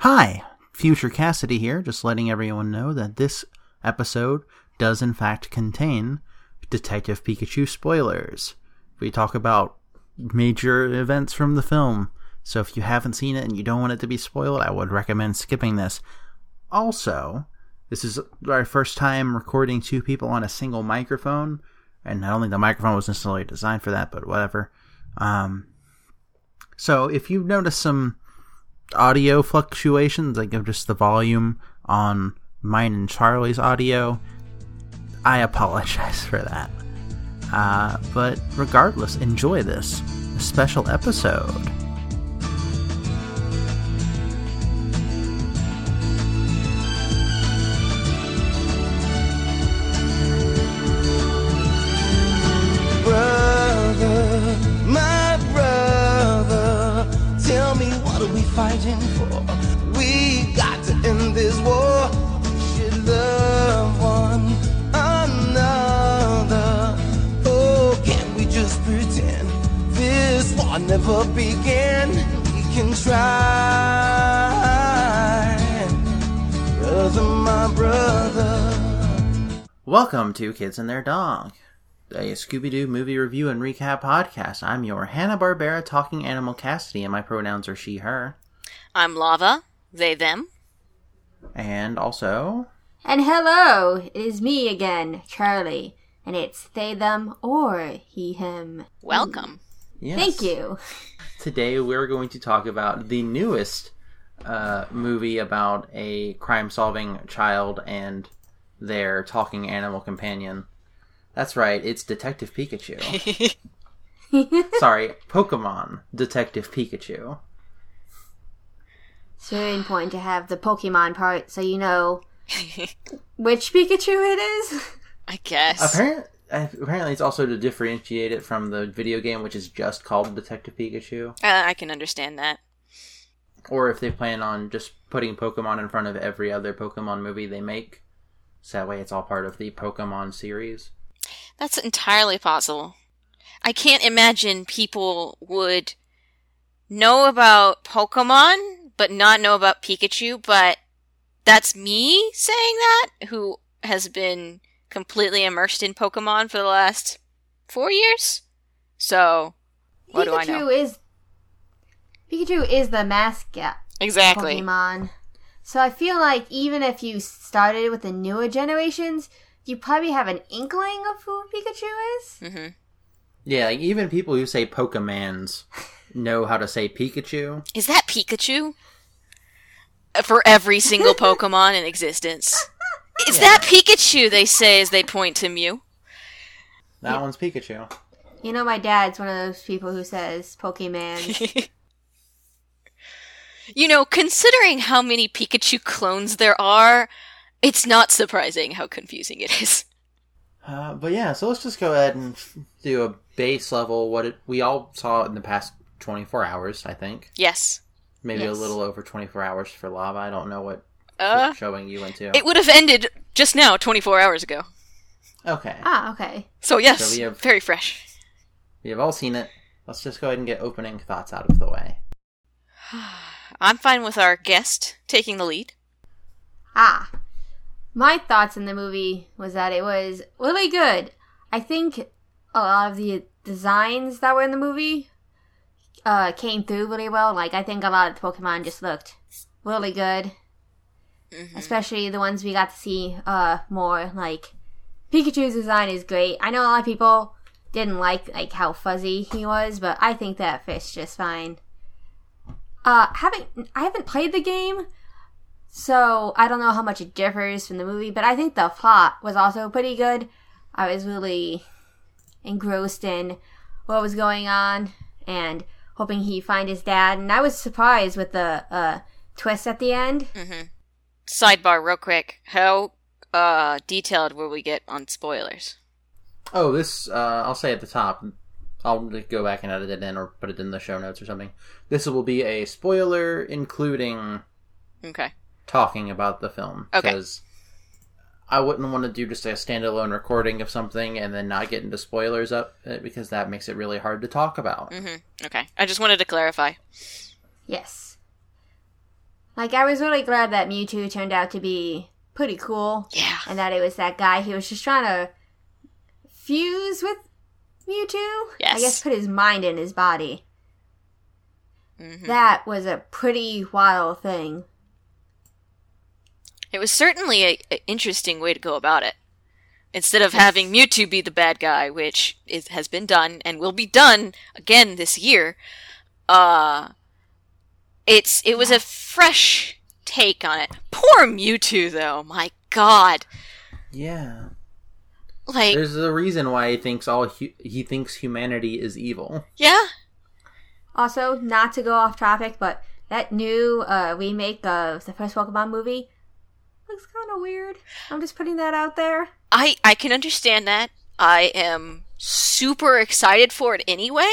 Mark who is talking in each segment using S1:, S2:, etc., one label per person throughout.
S1: Hi, Future Cassidy here, just letting everyone know that this episode does in fact contain Detective Pikachu spoilers. We talk about major events from the film, so if you haven't seen it and you don't want it to be spoiled, I would recommend skipping this. Also, this is our first time recording two people on a single microphone, and I don't think the microphone was necessarily designed for that, but whatever. Um, so if you notice some audio fluctuations, like of just the volume on mine and Charlie's audio, I apologize for that. Uh, but regardless, enjoy this special episode.
S2: Brother, my brother, tell me what are we fighting for? We got to end this war. We should love one another. Oh, can't we just pretend this war never began? We can try, brother, my brother.
S1: Welcome to Kids and Their Dog, a Scooby Doo movie review and recap podcast. I'm your Hanna Barbera talking animal Cassidy, and my pronouns are she, her.
S3: I'm Lava, they, them.
S1: And also,
S4: And hello, it is me again, Charlie. And it's they, them, or he, him.
S3: Welcome.
S1: yes.
S4: Thank you.
S1: Today we're going to talk about the newest uh, movie about a crime-solving child and their talking animal companion. That's right, it's Detective Pikachu. Sorry, Pokemon Detective Pikachu.
S4: It's very important to have the Pokemon part so you know which Pikachu it is.
S3: I guess.
S1: Apparently, apparently, it's also to differentiate it from the video game, which is just called Detective Pikachu.
S3: Uh, I can understand that.
S1: Or if they plan on just putting Pokemon in front of every other Pokemon movie they make, so that way it's all part of the Pokemon series.
S3: That's entirely possible. I can't imagine people would know about Pokemon, but not know about Pikachu, but that's me saying that, who has been completely immersed in Pokemon for the last four years. So, what do I
S4: Pikachu
S3: know?
S4: is Pikachu is the mascot
S3: Exactly.
S4: Pokemon. So I feel like even if you started with the newer generations, you probably have an inkling of who Pikachu is.
S3: hmm
S1: Yeah, like even people who say Pokemans know how to say Pikachu.
S3: Is that Pikachu? For every single Pokemon in existence. Is that Pikachu, they say as they point to Mew.
S1: That one's Pikachu.
S4: You know, my dad's one of those people who says Pokemon.
S3: You know, considering how many Pikachu clones there are, it's not surprising how confusing it is.
S1: Uh, but yeah, so let's just go ahead and f- do a base level what it, we all saw in the past 24 hours, I think.
S3: Yes.
S1: Maybe
S3: Yes.
S1: a little over 24 hours for Lava. I don't know what
S3: Uh,
S1: showing you into.
S3: it would have ended just now, 24 hours ago.
S1: okay.
S4: ah, okay.
S3: So, yes,
S1: So we have-
S3: very fresh.
S1: We have all seen it. Let's just go ahead and get opening thoughts out of the way.
S3: I'm fine with our guest taking the lead.
S4: Ah. My thoughts in the movie was that it was really good. I think a lot of the designs that were in the movie uh, came through really well. Like, I think a lot of the Pokemon just looked really good. Especially the ones we got to see uh, more. Like, Pikachu's design is great. I know a lot of people didn't like like how fuzzy he was, but I think that fits just fine. Uh, haven't I haven't played the game, so I don't know how much it differs from the movie, but I think the plot was also pretty good. I was really engrossed in what was going on and hoping he find his dad. And I was surprised with the uh, twist at the end.
S3: Sidebar, real quick. How uh, detailed will we get on spoilers?
S1: Oh, this, uh, I'll say at the top, I'll go back and edit it in or put it in the show notes or something. This will be a spoiler including
S3: Okay.
S1: talking about the film
S3: Okay.
S1: because I wouldn't want to do just a standalone recording of something and then not get into spoilers up uh, because that makes it really hard to
S3: Mm-hmm.
S1: talk about.
S3: hmm Okay. I just wanted to clarify.
S4: Yes. Like, I was really glad that Mewtwo turned out to be pretty cool
S3: Yeah.
S4: and that it was that guy. He was just trying to fuse with Mewtwo. I
S3: Yes.
S4: guess put his mind in his body.
S3: hmm
S4: That was a pretty wild thing.
S3: It was certainly a, a interesting way to go about it. Instead of having Mewtwo be the bad guy, which is, has been done and will be done again this year, uh, it's it was a fresh take on it. Poor Mewtwo, though. My God,
S1: Yeah.
S3: like
S1: There's a reason why he thinks all hu- he thinks humanity is evil.
S3: yeah,
S4: Also, not to go off topic, but that new uh, remake of the first Pokemon movie looks kind of weird. I'm just putting that out there.
S3: I I can understand that. I am super excited for it anyway.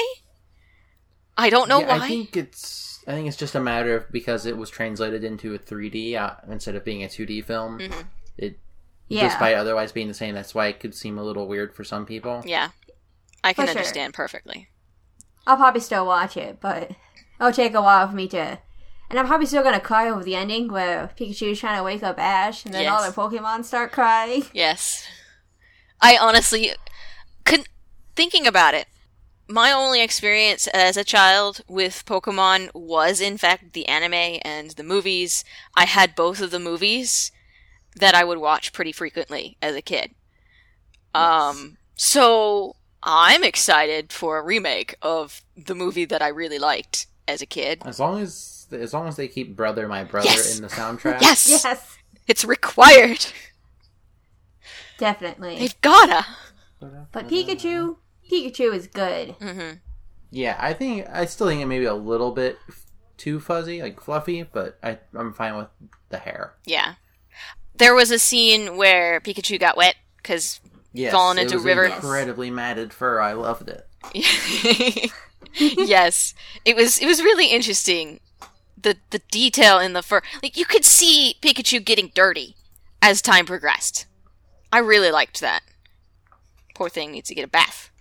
S3: I don't know
S1: Yeah,
S3: why.
S1: I think it's I think it's just a matter of because it was translated into a 3D uh, instead of being a 2D film.
S3: Mm-hmm.
S1: It
S4: Yeah.
S1: despite otherwise being the same, that's why it could seem a little weird for some people.
S3: yeah, I can
S4: For sure.
S3: understand perfectly.
S4: I'll probably still watch it, but it'll take a while for me to. And I'm probably still gonna cry over the ending where Pikachu's trying to wake up Ash, and then all the
S3: Yes.
S4: Pokemon start crying.
S3: Yes. I honestly couldn't thinking about it. My only experience as a child with Pokemon was in fact the anime and the movies. I had both of the movies that I would watch pretty frequently as a kid. Um so I'm excited for a remake of the movie that I really liked as a kid.
S1: As long as as long as they keep brother my brother
S3: Yes.
S1: in the soundtrack.
S3: Yes.
S4: Yes,
S3: It's required.
S4: definitely.
S3: They've gotta.
S4: But Pikachu, Pikachu is good.
S3: Mhm.
S1: Yeah, I think I still think it may be a little bit f- too fuzzy, like fluffy, but I I'm fine with the hair.
S3: Yeah. There was a scene where Pikachu got wet because
S1: Yes,
S3: Fallen
S1: it
S3: into
S1: was
S3: river.
S1: Incredibly matted fur. I loved it.
S3: yes, it was. It was really interesting. The the detail in the fur, like you could see Pikachu getting dirty as time progressed. I really liked that. Poor thing needs to get a bath.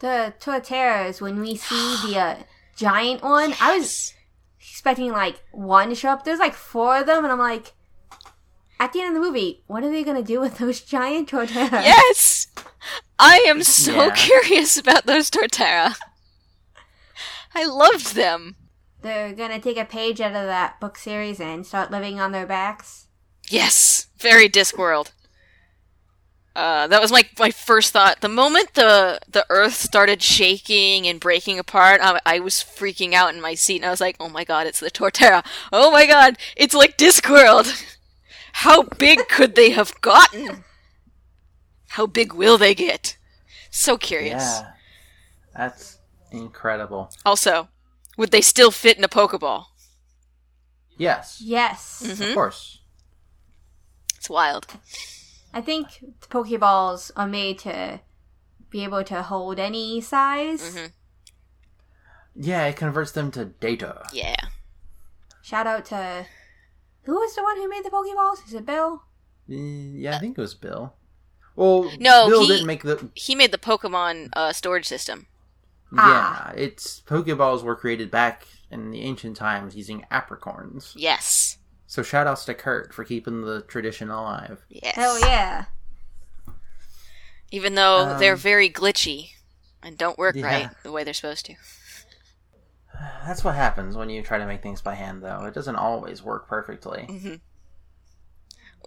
S4: The Torterras, when we see the uh, giant one, I was expecting like one to show up. There's like four of them, and I'm like, at the end of the movie, what are they gonna do with those giant Torterras?
S3: Yes, I am so
S1: Yeah.
S3: curious about those Torterra. I loved them.
S4: They're gonna take a page out of that book series and start living on their backs.
S3: Yes, very Discworld. Uh, that was my my first thought. The moment the the Earth started shaking and breaking apart, I, I was freaking out in my seat, and I was like, "Oh my god, it's the Torterra! Oh my god, it's like Discworld! How big could they have gotten? How big will they get? So curious.
S1: Yeah, that's incredible.
S3: Also, would they still fit in a Pokeball?
S1: Yes,
S4: Yes.
S3: Mm-hmm.
S1: of course.
S3: It's wild.
S4: I think the Pokeballs are made to be able to hold any size.
S3: Mm-hmm.
S1: Yeah, it converts them to data.
S3: Yeah,
S4: Shout out to who was the one who made the Pokeballs? Is it Bill?
S1: Mm, Yeah, I think it was Bill. Well,
S3: No,
S1: Bill
S3: he-
S1: didn't make the.
S3: he made the Pokemon uh, storage system.
S4: Ah.
S1: Yeah, it's Pokeballs were created back in the ancient times using apricorns.
S3: Yes.
S1: So shout outs to Kurt for keeping the tradition alive.
S3: Yes.
S4: Hell yeah.
S3: Even though
S1: Um,
S3: they're very glitchy and don't work
S1: Yeah.
S3: right the way they're supposed to.
S1: That's what happens when you try to make things by hand, though. It doesn't always work perfectly.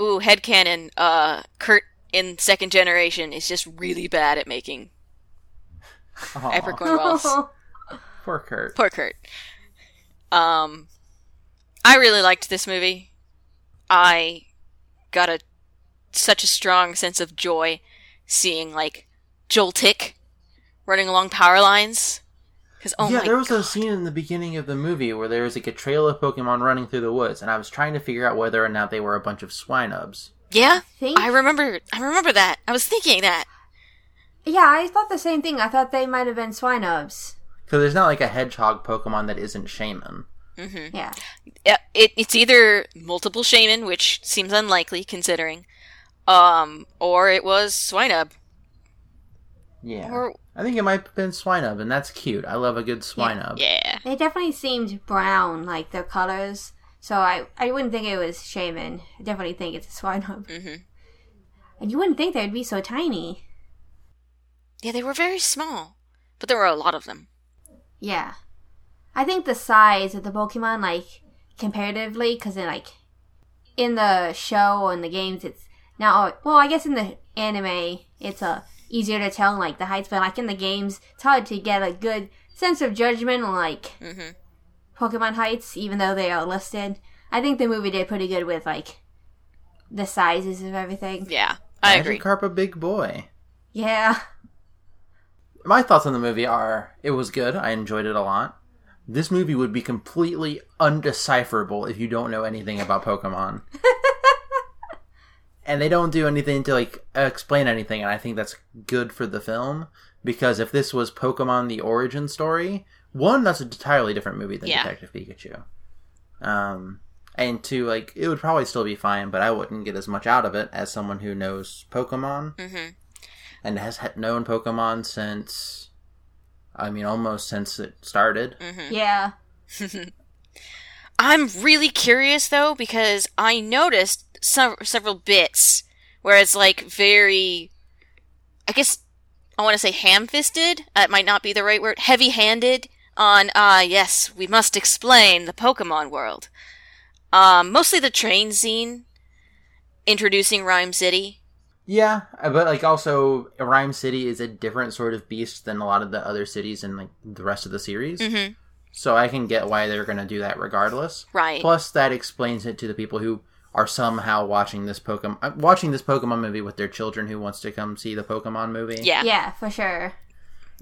S3: Ooh, headcanon. Uh, Kurt in second generation is just really bad at making
S1: Aw,
S3: apricorn wells.
S1: Poor Kurt.
S3: Mm-hmm. Poor Kurt. Um, I really liked this movie. I got a such a strong sense of joy seeing like Joltik running along power lines. Because oh
S1: yeah,
S3: my
S1: there was a scene in the beginning of the movie where there was like a trail of Pokemon running through the woods, and I was trying to figure out whether or not they were a bunch of swinubs.
S3: yeah,
S4: Think-
S3: I remember. I remember that. I was thinking that.
S4: yeah, I thought the same thing. I thought they might have been Swinubs.
S1: Because there's not like a hedgehog Pokemon that isn't Shaman.
S3: Hmm.
S4: Yeah.
S3: Yeah, it, it's either multiple shaman, which seems unlikely considering, um, or it was Swinub.
S1: Yeah.
S3: Or
S1: I think it might have been Swinub, and that's cute. I love a good Swinub.
S3: yeah,
S4: They definitely seemed brown, like their colors. So I, I wouldn't think it was shaman. I definitely think it's a Swineub.
S3: Mhm.
S4: And you wouldn't think they'd be so tiny.
S3: Yeah, they were very small, but there were a lot of them.
S4: Yeah. I think the size of the Pokemon, like, comparatively, because in, like, in the show or in the games, it's now, well, I guess in the anime, it's uh, easier to tell, like, the heights, but, like, in the games, it's hard to get a good sense of judgment on, like,
S3: Mhm.
S4: Pokemon heights, even though they are listed. I think the movie did pretty good with, like, the sizes of everything.
S3: Yeah, I agree.
S1: Magikarp a big boy.
S4: Yeah.
S1: My thoughts on the movie are it was good. I enjoyed it a lot. This movie would be completely undecipherable if you don't know anything about Pokemon. and they don't do anything to like explain anything and I think that's good for the film because if this was Pokemon the origin story, one that's an entirely different movie than
S3: Yeah.
S1: Detective Pikachu. Um and two like it would probably still be fine, but I wouldn't get as much out of it as someone who knows Pokemon
S3: Mhm.
S1: and has had known Pokemon since, I mean, almost since it started.
S3: Mm. Mm-hmm.
S4: Yeah.
S3: I'm really curious though because I noticed some, several bits where it's like very, I guess I want to say ham-fisted. That might not be the right word. Heavy-handed on. Ah, yes, we must explain the Pokemon world. Um, mostly the train scene, introducing Rhyme City.
S1: Yeah, uh, but like also, Rhyme City is a different sort of beast than a lot of the other cities in like the rest of the series.
S3: Mhm.
S1: So I can get why they're going to do that regardless.
S3: Right.
S1: Plus, that explains it to the people who are somehow watching this Pokemon uh, watching this Pokemon movie with their children who wants to come see the Pokemon movie.
S3: Yeah.
S4: Yeah, for sure.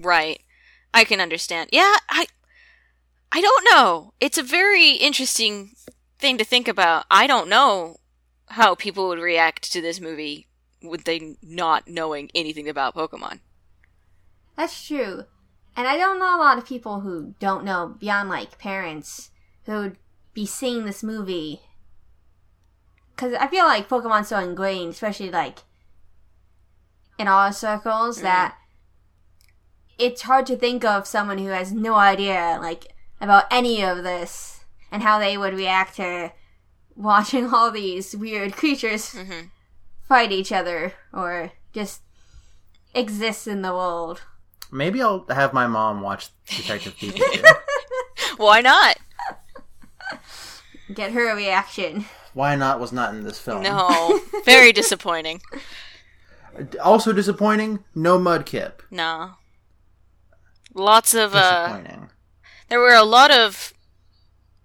S3: Right. I can understand. Yeah, I I don't know. It's a very interesting thing to think about. I don't know how people would react to this movie with they not knowing anything about Pokemon.
S4: That's true. And I don't know a lot of people who don't know beyond like parents who would be seeing this movie. Cuz I feel like Pokemon's so ingrained, especially like in our circles that it's hard to think of someone who has no idea like about any of this and how they would react to watching all these weird creatures
S3: Mhm.
S4: fight each other or just exist in the world.
S1: Maybe I'll have my mom watch Detective Pikachu.
S3: Why not?
S4: get her a reaction.
S1: Why not was not in this film. Uh,
S3: No. very disappointing.
S1: Also disappointing. No Mudkip.
S3: No. Lots of uh
S1: disappointing.
S3: there were a lot of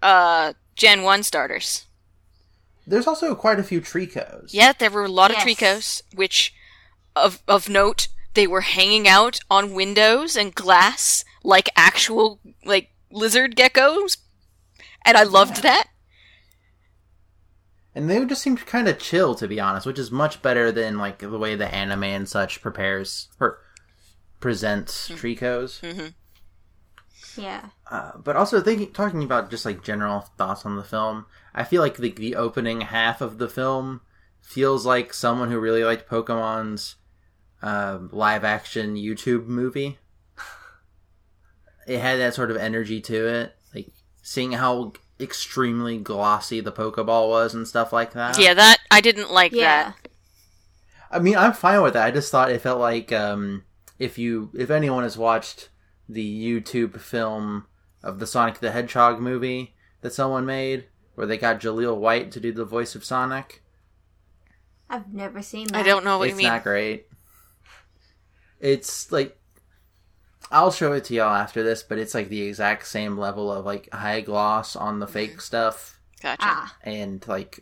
S3: uh Gen 1 starters.
S1: There's also quite a few tricos.
S3: Yeah, there were a lot of
S4: Yes.
S3: Tricos, which, of of note, they were hanging out on windows and glass like actual like lizard geckos, and I loved that.
S1: And they just seemed kind of chill, to be honest, which is much better than like the way the anime and such prepares or presents
S3: Hmm.
S1: tricos.
S4: Yeah.
S1: Uh, but also thinking, talking about just like general thoughts on the film, I feel like the, the opening half of the film feels like someone who really liked Pokemon's um, live action YouTube movie. It had that sort of energy to it, like seeing how extremely glossy the Pokeball was and stuff like that.
S3: Yeah, that I didn't like
S4: Yeah.
S3: that.
S1: I mean, I'm fine with that. I just thought it felt like um, if you if anyone has watched the YouTube film of the Sonic the Hedgehog movie that someone made, where they got Jaleel White to do the voice of Sonic,
S4: I've never seen that.
S3: I don't know what
S1: it's
S3: you mean.
S1: not great. It's like I'll show it to y'all after this, but it's like the exact same level of like high gloss on the fake stuff
S3: Gotcha.
S4: Ah.
S1: and like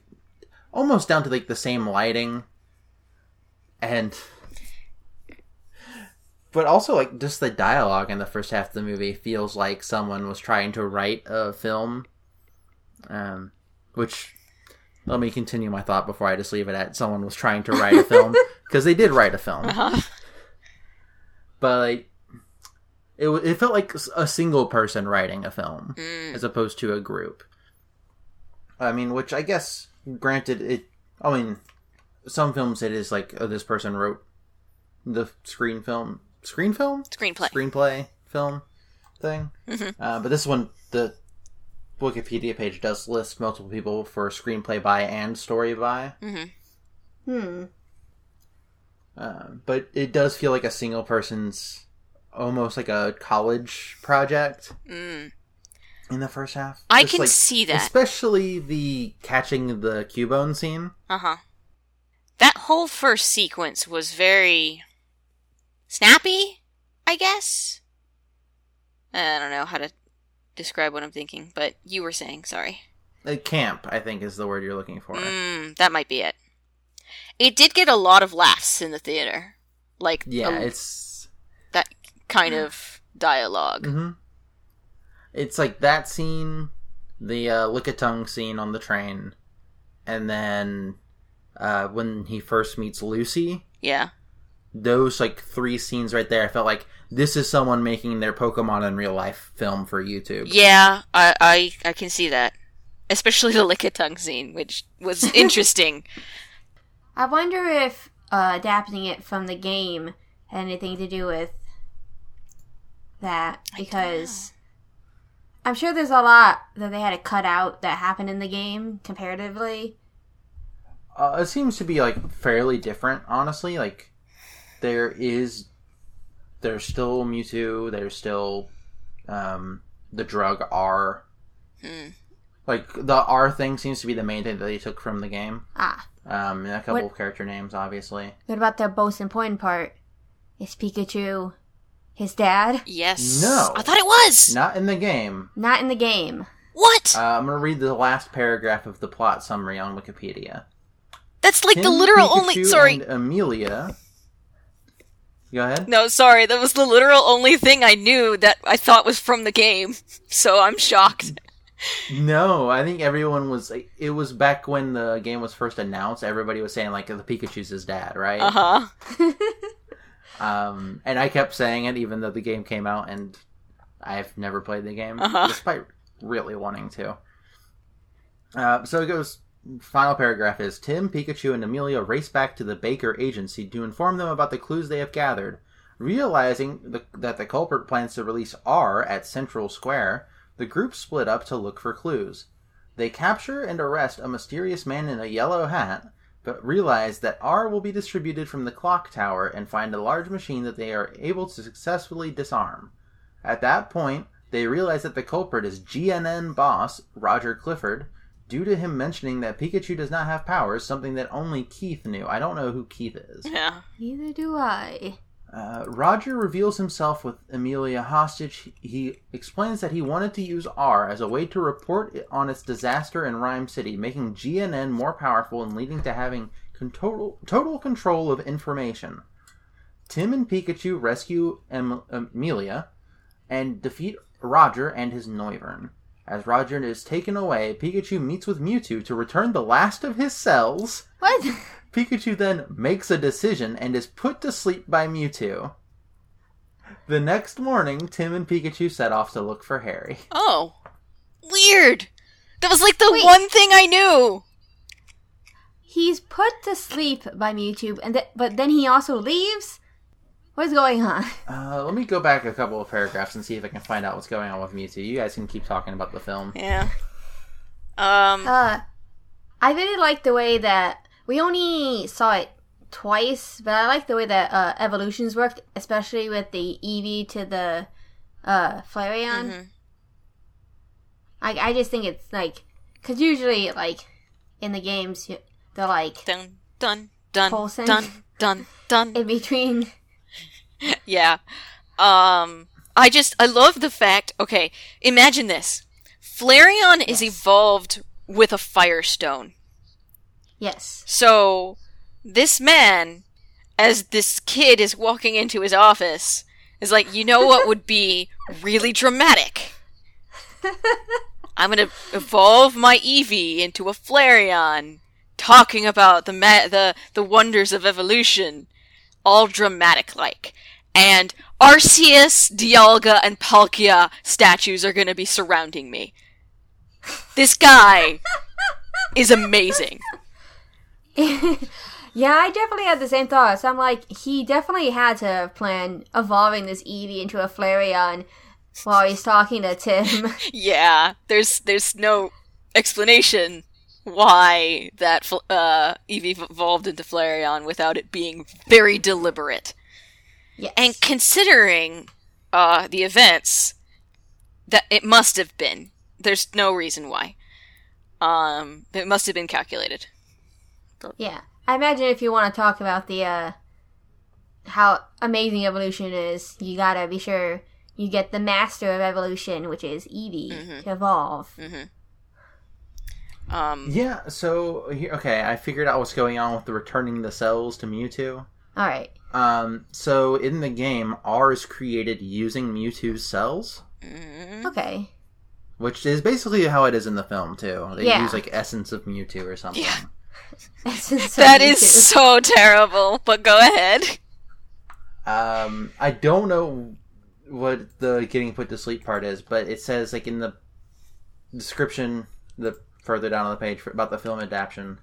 S1: almost down to like the same lighting and but also like just the dialogue in the first half of the movie feels like someone was trying to write a film um which let me continue my thought before i just leave it at someone was trying to write a film because they did write a film
S3: Uh-huh.
S1: but like it, wa- it felt like s- a single person writing a film
S3: Mm.
S1: as opposed to a group i mean which i guess granted it i mean some films it is like oh this person wrote the screen film screen film
S3: Screenplay.
S1: screenplay film thing uh, but this one the Wikipedia page does list multiple people for screenplay by and story by,
S4: Hmm.
S1: um, but it does feel like a single person's almost like a college project
S3: Mm.
S1: in the first half.
S3: I
S1: Just
S3: can
S1: like-
S3: see that.
S1: especially the catching the Cubone scene.
S3: Uh huh. That whole first sequence was very snappy, I guess. I don't know how to describe what I'm thinking, but you were saying, sorry.
S1: Uh, camp, I think, is the word you're looking for.
S3: Mm, that might be it. It did get a lot of laughs in the theater. Like,
S1: Yeah,
S3: um,
S1: it's
S3: that kind of dialog
S1: hmm It's like that scene, the uh, lick a tongue scene on the train, and then uh, when he first meets Lucy.
S3: Yeah.
S1: Those like three scenes right there, I felt like this is someone making their Pokemon in real life film for YouTube.
S3: Yeah, I, I, I can see that. Especially the lick a tongue scene, which was interesting.
S4: I wonder if uh, adapting it from the game had anything to do with that because I'm sure there's a lot that they had to cut out that happened in the game comparatively.
S1: Uh, it seems to be like fairly different, honestly. Like there is, there's still Mewtwo. There's still um, the drug R.
S3: Hmm.
S1: Like the R thing seems to be the main thing that they took from the game.
S4: Ah,
S1: Um, and a couple
S4: What-
S1: of character names, obviously.
S4: what about the most important part? Is Pikachu his dad?
S3: Yes.
S1: No.
S3: I thought it was.
S1: Not in the game.
S4: Not in the game.
S3: What?
S1: Uh, I'm gonna read the last paragraph of the plot summary on Wikipedia.
S3: That's like the
S1: Him,
S3: literal
S1: Pikachu,
S3: only. Sorry.
S1: and Amelia. Go ahead.
S3: No, sorry. That was the literal only thing I knew that I thought was from the game. So I'm shocked.
S1: No, I think everyone was. It was back when the game was first announced. Everybody was saying like the Pikachu's his dad, right?
S3: Uh huh.
S1: Um, and I kept saying it, even though the game came out, and I've never played the game,
S3: Uh-huh.
S1: despite really wanting to. Uh, so it goes. Final paragraph is Tim, Pikachu, and Amelia race back to the Baker Agency to inform them about the clues they have gathered. Realizing the, that the culprit plans to release R at Central Square, the group split up to look for clues. They capture and arrest a mysterious man in a yellow hat, but realize that R will be distributed from the clock tower and find a large machine that they are able to successfully disarm. At that point, they realize that the culprit is GNN boss Roger Clifford, due to him mentioning that Pikachu does not have powers, something that only Keith knew. I don't know who Keith is.
S3: Yeah.
S4: Neither do I.
S1: Uh, Roger reveals himself with Amelia hostage. He explains that he wanted to use R as a way to report it- on its disaster in Rhyme City, making GNN more powerful and leading to having con- total, total control of information. Tim and Pikachu rescue em- Amelia and defeat Roger and his Noivern. As Roger is taken away, Pikachu meets with Mewtwo to return the last of his cells.
S4: What?
S1: Pikachu then makes a decision and is put to sleep by Mewtwo. The next morning, Tim and Pikachu set off to look for Harry.
S3: Oh. Weird. That was like the
S4: Wait.
S3: one thing I knew.
S4: He's put to sleep by Mewtwo, and th- but then he also leaves. What's going on?
S1: Uh, let me go back a couple of paragraphs and see if I can find out what's going on with Mewtwo. You guys can keep talking about the film.
S3: Yeah. Um.
S4: Uh, I really like the way that we only saw it twice, but I like the way that uh, evolutions worked, especially with the Eevee to the uh, Flareon.
S3: mhm.
S4: I, I just think it's like, because usually, like, in the games, you- they're like,
S3: Dun dun dun
S4: Coulson.
S3: dun dun dun.
S4: in between.
S3: Yeah. Um I just I love the fact okay, imagine this. Flareon is evolved with a firestone.
S4: Yes.
S3: So this man, as this kid is walking into his office, is like, you know what would be really dramatic? I'm gonna evolve my Eevee into a Flareon, talking about the ma- the the wonders of evolution, all dramatic like. And Arceus, Dialga, and Palkia statues are gonna be surrounding me. This guy is amazing.
S4: Yeah, I definitely had the same thought. So I'm like, he definitely had to plan evolving this Eevee into a Flareon while he's talking to Tim.
S3: Yeah, there's there's no explanation why that fl- uh, Eevee evolved into Flareon without it being very deliberate.
S4: yes.
S3: And considering uh, the events, that it must have been. There's no reason why. Um, it must have been calculated.
S4: yeah. I imagine if you want to talk about the uh how amazing evolution is, you gotta be sure you get the master of evolution, which is Eevee,
S3: Mm-hmm.
S4: to evolve.
S3: Um,
S1: Yeah, so here, okay, I figured out what's going on with the returning the cells to Mewtwo.
S4: All right.
S1: Um, so in the game, R is created using Mewtwo's cells,
S3: mm,
S4: Okay.
S1: which is basically how it is in the film too. They
S4: Yeah.
S1: use like essence of Mewtwo or something.
S3: Yeah.
S4: That's insane,
S3: that is
S4: too.
S3: so terrible, but go ahead.
S1: Um, I don't know what the getting put to sleep part is, but it says like in the description, the further down on the page for, about the film adaptation,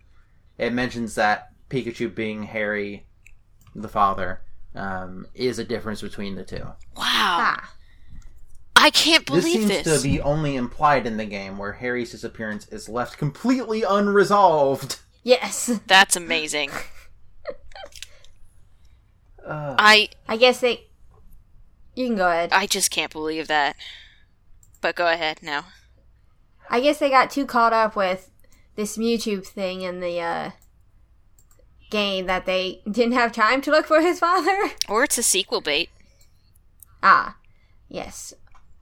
S1: it mentions that Pikachu being Harry, the father, um, is a difference between the two.
S3: Wow.
S4: Ah,
S3: I can't
S1: This
S3: believe
S1: seems
S3: this.
S1: to be only implied in the game, where Harry's disappearance is left completely unresolved.
S4: yes.
S3: That's amazing.
S1: Uh,
S3: I
S4: I guess they. You can go ahead.
S3: I just can't believe that. But go ahead now.
S4: I guess they got too caught up with this YouTube thing in the uh, game that they didn't have time to look for his father.
S3: Or it's a sequel bait.
S4: ah, yes.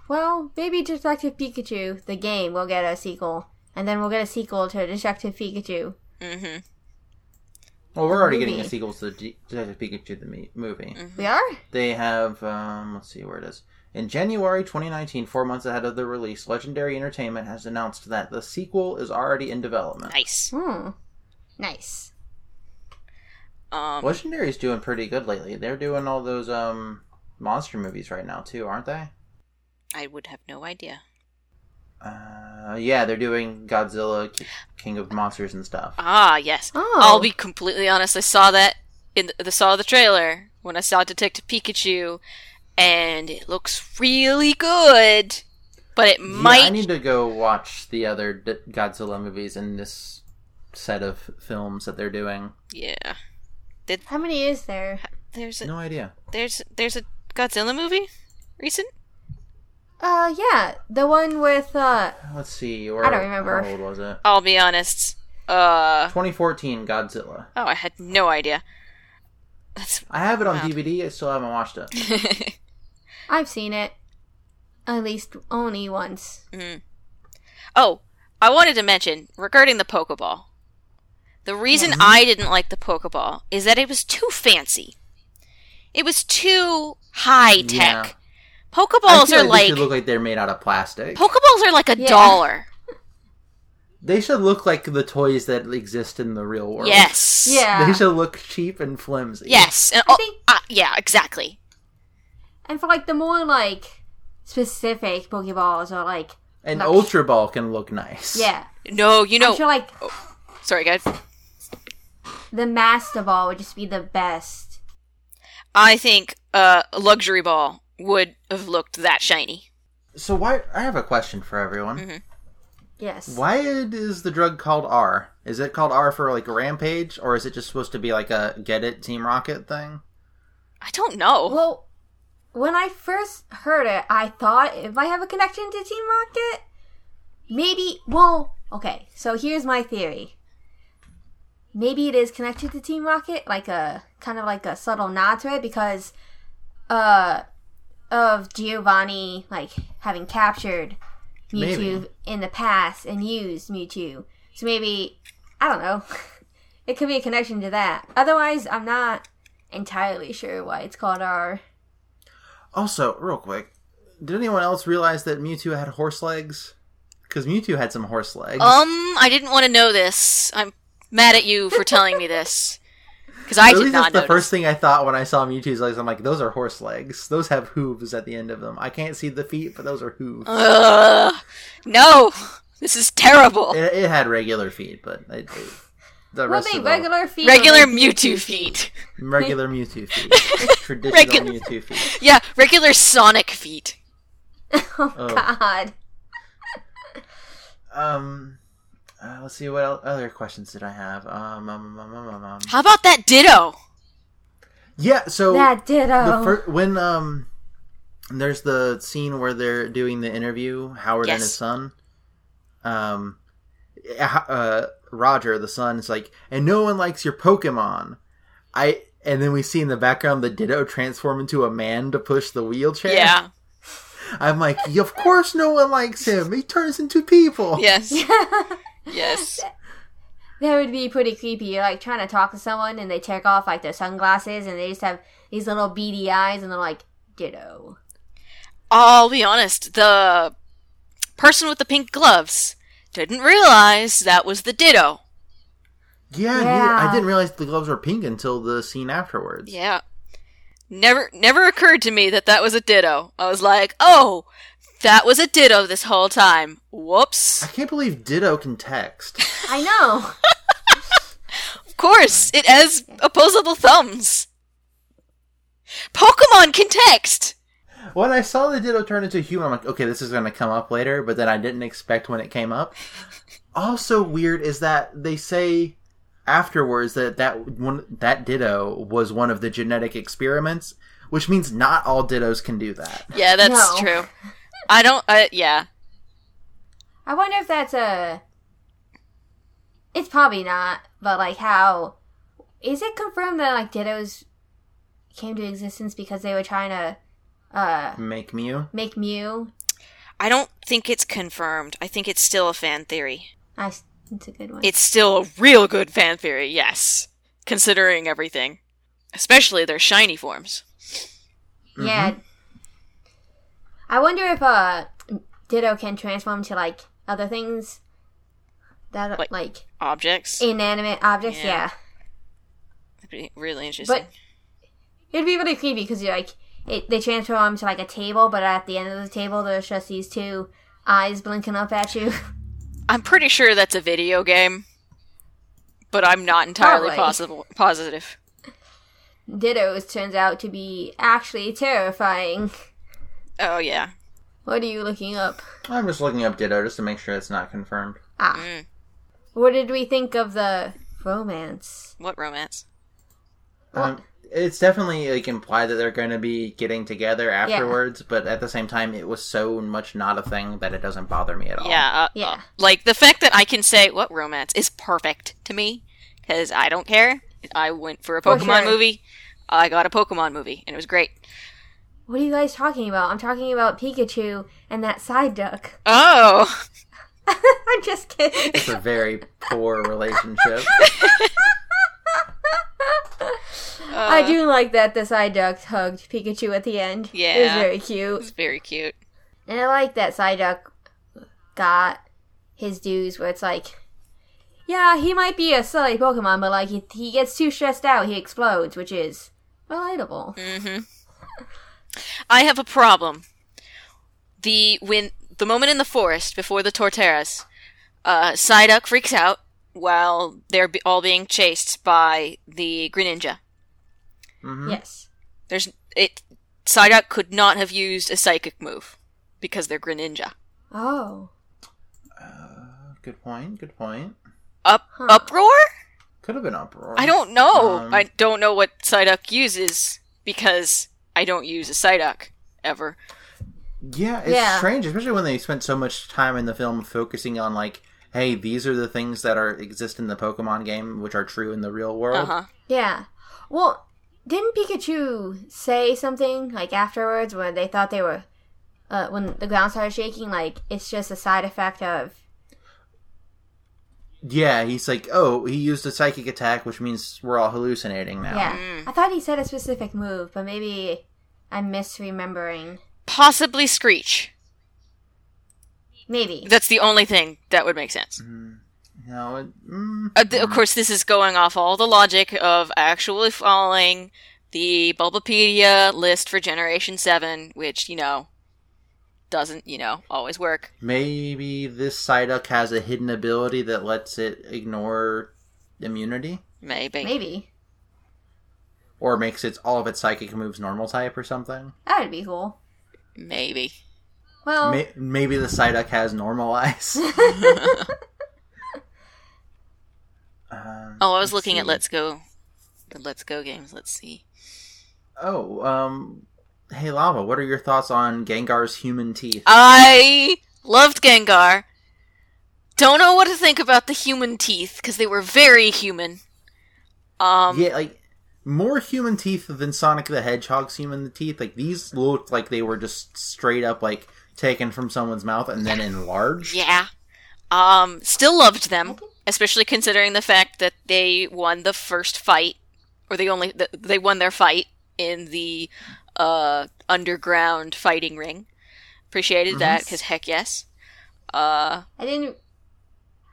S4: Well, maybe Detective Pikachu, the game, will get a sequel, and then we'll get a sequel to Detective Pikachu.
S3: Mm-hmm.
S1: well, we're already getting a
S4: movie.
S1: sequel to the Detective Pikachu the me- movie.
S4: We are?
S1: They have, um, let's see where it is. In January 2019, four months ahead of the release, Legendary Entertainment has announced that the sequel is already in development.
S3: Nice.
S4: Hmm. Nice.
S3: Um,
S1: Legendary's doing pretty good lately. They're doing all those um monster movies right now too, aren't they?
S3: I would have no idea.
S1: Uh, yeah, they're doing Godzilla, K- King of Monsters, and stuff.
S3: Ah, yes.
S4: Oh.
S3: I'll be completely honest. I saw that in the, saw the trailer when I saw Detective Pikachu, and it looks really good. But it
S1: Yeah,
S3: might
S1: I need to go watch the other D- Godzilla movies in this set of films that they're doing.
S3: yeah.
S4: How many is there?
S3: There's a
S1: No idea.
S3: there's there's a Godzilla movie recent.
S4: Uh, yeah. The one with, uh,
S1: Let's see. Or,
S4: I don't remember.
S1: How old was it?
S3: I'll be honest. Uh
S1: 2014 Godzilla.
S3: oh, I had no idea. That's
S1: I have it on
S3: Wow.
S1: DVD. I still haven't watched it.
S4: I've seen it. At least only once.
S3: Oh, I wanted to mention regarding the Pokeball. The reason
S1: Mm-hmm.
S3: I didn't like the Pokeball is that it was too fancy. It was too high
S1: Yeah.
S3: tech. Pokeballs
S1: I
S3: are
S1: feel they
S3: like
S1: should look like they're made out of plastic.
S3: Pokeballs are like a
S4: Yeah.
S3: dollar.
S1: they should look like the toys that exist in the real world.
S3: Yes.
S4: Yeah.
S1: They should look cheap and flimsy.
S3: Yes. And
S4: I
S3: oh,
S4: think-
S3: uh, yeah, exactly.
S4: And for like the more like specific Pokeballs or like
S1: An
S4: Not-
S1: Ultra Ball can look nice.
S4: yeah,
S3: No, you know. oh.
S4: I'm sure like
S3: Sorry, guys.
S4: the Master Ball would just be the best.
S3: I think uh, a luxury ball would have looked that shiny.
S1: So why? I have a question for everyone.
S3: Mm-hmm.
S4: Yes.
S1: Why is the drug called R? Is it called R for like Rampage, or is it just supposed to be like a Get It Team Rocket thing?
S3: I don't know.
S4: Well, when I first heard it, I thought it might have a connection to Team Rocket. Maybe. Well, okay. So here's my theory. Maybe it is connected to Team Rocket, like a kind of like a subtle nod to it, because uh of Giovanni like having captured Mewtwo
S1: Maybe.
S4: in the past and used Mewtwo. So maybe I don't know. it could be a connection to that. Otherwise, I'm not entirely sure why it's called R.
S1: Also, real quick, did anyone else realize that Mewtwo had horse legs? Because Mewtwo had some horse legs.
S3: Um, I didn't want to know this. I'm mad at you for telling me this because I
S1: At
S3: did
S1: least
S3: not
S1: that's
S3: know.
S1: the first thing I thought when I saw Mewtwo's legs. I'm like, those are horse legs. Those have hooves at the end of them. I can't see the feet, but those are hooves.
S3: Oh. no, this is terrible.
S1: it, it had regular feet, but it, it- the
S4: Were
S1: rest
S4: they
S1: of
S4: regular Oh, feet? or
S3: regular
S4: like-
S3: Mewtwo feet.
S1: the regular Mewtwo feet, traditional
S3: Regular-
S1: Mewtwo feet.
S3: Yeah, regular Sonic feet.
S4: oh,
S1: Oh.
S4: God.
S1: Um, uh, let's see what el- other questions did I have. Um, um, um, um, um, um.
S3: How about that Ditto?
S1: yeah. Oh. So
S4: that ditto.
S1: the fir- when um, there's the scene where they're doing the interview, Howard and
S3: Yes.
S1: his son. Um, uh, uh, Roger, the son, is like, and no one likes your Pokemon. I. And then we see in the background the Ditto transform into a man to push the wheelchair.
S3: Yeah.
S1: I'm like, of course no one likes him. He turns into people.
S3: Yes. Yes.
S4: that would be pretty creepy. You're like trying to talk to someone and they take off like their sunglasses and they just have these little beady eyes and they're like, ditto.
S3: I'll be honest, the person with the pink gloves didn't realize that was the Ditto.
S1: Yeah, neither-
S4: Yeah.
S1: I didn't realize the gloves were pink until the scene afterwards.
S3: Yeah. Never never occurred to me that that was a Ditto. I was like, "Oh, that was a Ditto this whole time."
S1: I
S3: Whoops.
S1: can't believe Ditto can text.
S4: I know.
S3: Of course, it has opposable thumbs. Pokemon can text.
S1: when I saw the Ditto turn into a human, I'm like, okay, this is going to come up later, but then I didn't expect when it came up. also weird is that they say afterwards that that one that Ditto was one of the genetic experiments, which means not all Dittos can do that.
S3: Yeah, that's
S4: No.
S3: true. I don't uh, yeah.
S4: I wonder if that's a. It's probably not, but like how. Is it confirmed that like dittos came to existence because they were trying to uh,
S1: Make Mew.
S4: make Mew?
S3: I don't think it's confirmed. I think it's still a fan theory.
S4: I, s- it's a good one.
S3: It's still a real good fan theory, yes. Considering everything, especially their shiny forms.
S4: Yeah. I wonder if uh Ditto can transform to like other things that are
S3: Like-
S4: like,
S3: Objects.
S4: inanimate objects.
S3: Yeah.
S4: Yeah.
S3: That'd be really interesting.
S4: But it'd be really creepy because you're like it, they transform to like a table, but at the end of the table there's just these two eyes blinking up at you.
S3: I'm pretty sure that's a video game. But I'm not entirely
S4: Probably.
S3: possible positive.
S4: Ditto's turns out to be actually terrifying.
S3: Oh yeah.
S4: What are you looking up?
S1: I'm just looking up Ditto just to make sure it's not confirmed.
S4: Ah.
S3: Mm.
S4: What did we think of the romance?
S3: What romance?
S1: Um, it's definitely like implied that they're going to be getting together afterwards, but at the same time, it was so much not a thing that it doesn't bother me at all.
S3: Yeah. Uh,
S4: Yeah.
S3: uh, like the fact that I can say what romance is perfect to me because I don't care. I went for a
S4: For
S3: Pokemon
S4: sure.
S3: movie. I got a Pokemon movie and it was great.
S4: What are you guys talking about? I'm talking about Pikachu and that side duck.
S3: Oh.
S4: I'm just kidding.
S1: it's a very poor relationship.
S4: I do like that the side duck hugged Pikachu at the end. It was
S3: Yeah.
S4: very cute.
S3: It's very cute.
S4: And I like that side duck got his dues where it's like, yeah, he might be a silly Pokemon, but like, if he gets too stressed out, he explodes, which is relatable.
S3: I have a problem. The when the moment in the forest before the Torteras, uh, Psyduck freaks out while they're be- all being chased by the Greninja.
S4: Yes.
S3: There's it. Psyduck could not have used a psychic move because they're Greninja.
S4: Oh.
S1: good point. Good point.
S3: Up uproar?
S1: Could have been uproar.
S3: I don't know.
S1: Um,
S3: I don't know what Psyduck uses because I don't use a Psyduck ever.
S1: Yeah, it's
S4: Yeah.
S1: strange, especially when they spent so much time in the film focusing on like, hey, these are the things that are exist in the Pokemon game, which are true in the real world.
S3: Uh huh.
S4: Yeah. Well, didn't Pikachu say something like afterwards when they thought they were uh, when the ground started shaking? Like it's just a side effect of
S1: Yeah, he's like, oh, he used a psychic attack, which means we're all hallucinating now.
S4: yeah. I thought he said a specific move, but maybe I'm misremembering.
S3: Possibly Screech.
S4: Maybe.
S3: That's the only thing that would make sense.
S1: No, it, mm,
S3: Uh, th- of course, this is going off all the logic of actually following the Bulbapedia list for Generation 7, which, you know, doesn't, you know, always work.
S1: Maybe this Psyduck has a hidden ability that lets it ignore immunity,
S3: Maybe.
S4: Maybe
S1: or makes its all of its psychic moves normal type or something.
S4: that would be cool.
S3: Maybe.
S4: Well,
S1: May- maybe the Psyduck has normal eyes. Um,
S3: Oh, I
S1: let's
S3: was looking at
S1: see.
S3: Let's Go, the Let's Go games. Let's see.
S1: Oh, um, hey Lava, what are your thoughts on Gengar's human teeth?
S3: I loved Gengar. Don't know what to think about the human teeth because they were very human. Um,
S1: yeah, like more human teeth than Sonic the Hedgehog's human teeth. Like these looked like they were just straight up like taken from someone's mouth and then enlarged.
S3: yeah. Um, still loved them, especially considering the fact that they won the first fight, or they only th- they won their fight in the uh, underground fighting ring. Appreciated
S1: Mm-hmm.
S3: that because heck yes. Uh,
S4: I didn't.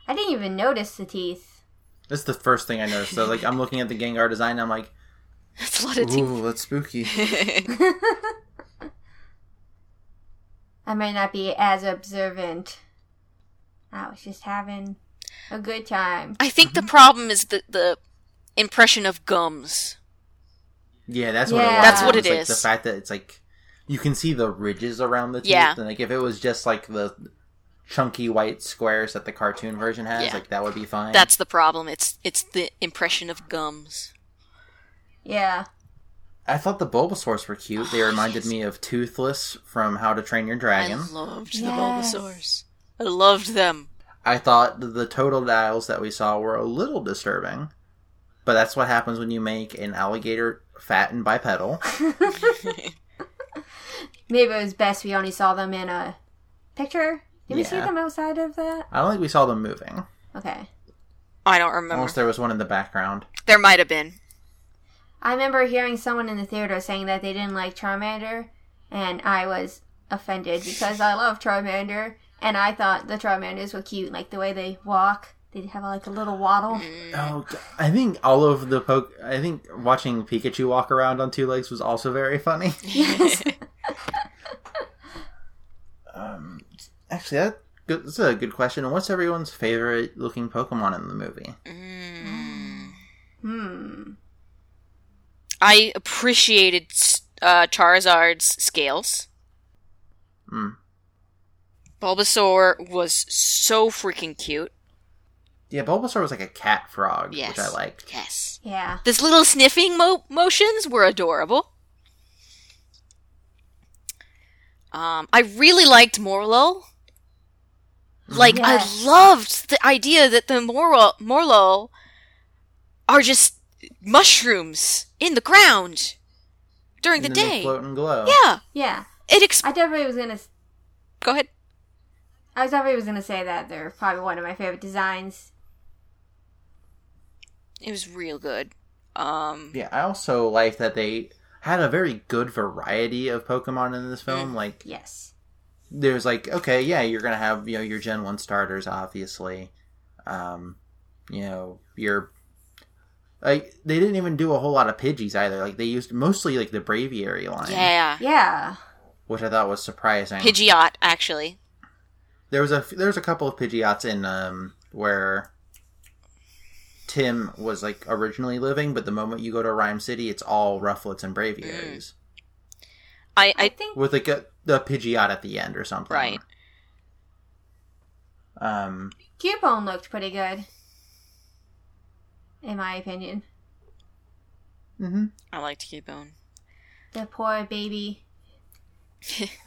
S4: I didn't even notice the teeth.
S1: That's the first thing I noticed. So like I'm looking at the Gengar design, and I'm like,
S3: that's a lot of teeth.
S1: ooh, that's spooky.
S4: I might not be as observant. I was just having a good time.
S3: I think
S1: Mm-hmm.
S3: the problem is the the impression of gums.
S1: Yeah, that's what it
S4: Yeah.
S1: was.
S4: That's what
S1: was,
S3: it
S1: like,
S3: is.
S1: The fact that it's like you can see the ridges around the teeth,
S3: Yeah.
S1: and like if it was just like the chunky white squares that the cartoon version has,
S3: Yeah.
S1: like that would be fine.
S3: That's the problem. It's it's the impression of gums.
S4: Yeah.
S1: I thought the Bulbasaur's were cute. They reminded me of Toothless from How to Train Your Dragon.
S3: Oh, I loved the
S4: Yes.
S3: Bulbasaurs. I loved them.
S1: I thought th- the totodiles that we saw were a little disturbing, but that's what happens when you make an alligator fat and bipedal.
S4: Maybe it was best we only saw them in a picture. Did we see
S1: Yeah.
S4: them outside of that?
S1: I don't think we saw them moving,
S4: Okay.
S3: I don't remember.
S1: unless there was one in the background.
S3: There might have been.
S4: I remember hearing someone in the theater saying that they didn't like Charmander, and I was offended because I love Charmander, and I thought the Charmanders were cute, like the way they walk. They have like a little waddle.
S1: Oh, g- I think all of the poke. I think watching Pikachu walk around on two legs was also very funny.
S4: Yes.
S1: Um, actually, that good, that's a good question. What's everyone's favorite looking Pokemon in the movie?
S3: Mm.
S4: Hmm.
S3: I appreciated uh, Charizard's scales.
S1: Hmm.
S3: Bulbasaur was so freaking cute.
S1: Yeah, Bulbasaur was like a cat frog,
S3: Yes,
S1: which I liked.
S3: Yes,
S4: Yeah.
S3: this little sniffing mo- motions were adorable. Um, I really liked Morlo. Like
S4: Yes.
S3: I loved the idea that the Morlo Morlo are just mushrooms in the ground during
S1: And
S3: the
S1: then they
S3: day.
S1: float and glow.
S3: Yeah,
S4: Yeah.
S3: it. Exp-
S4: I definitely was gonna.
S3: Go ahead.
S4: I definitely was gonna say that they're probably one of my favorite designs.
S3: It was real good. Um,
S1: Yeah, I also like that they had a very good variety of Pokemon in this film.
S3: Mm.
S1: Like,
S4: Yes.
S1: there's like, okay, yeah, you're gonna have you know your Gen One starters, obviously. Um, you know your like they didn't even do a whole lot of Pidgeys either. Like they used mostly like the Braviary line,
S3: yeah.
S4: Yeah.
S1: which I thought was surprising.
S3: Pidgeot actually.
S1: There was a there was a couple of Pidgeots in um where Tim was like originally living, but the moment you go to Rhyme City, it's all Rufflets and Braviaries.
S3: Mm. I,
S4: I
S3: I
S4: think.
S1: with like a, the Pidgeot at the end or something.
S3: Right.
S1: Um.
S4: Cubone looked pretty good. In my opinion.
S1: mhm.
S3: I liked Cubone.
S4: The poor baby.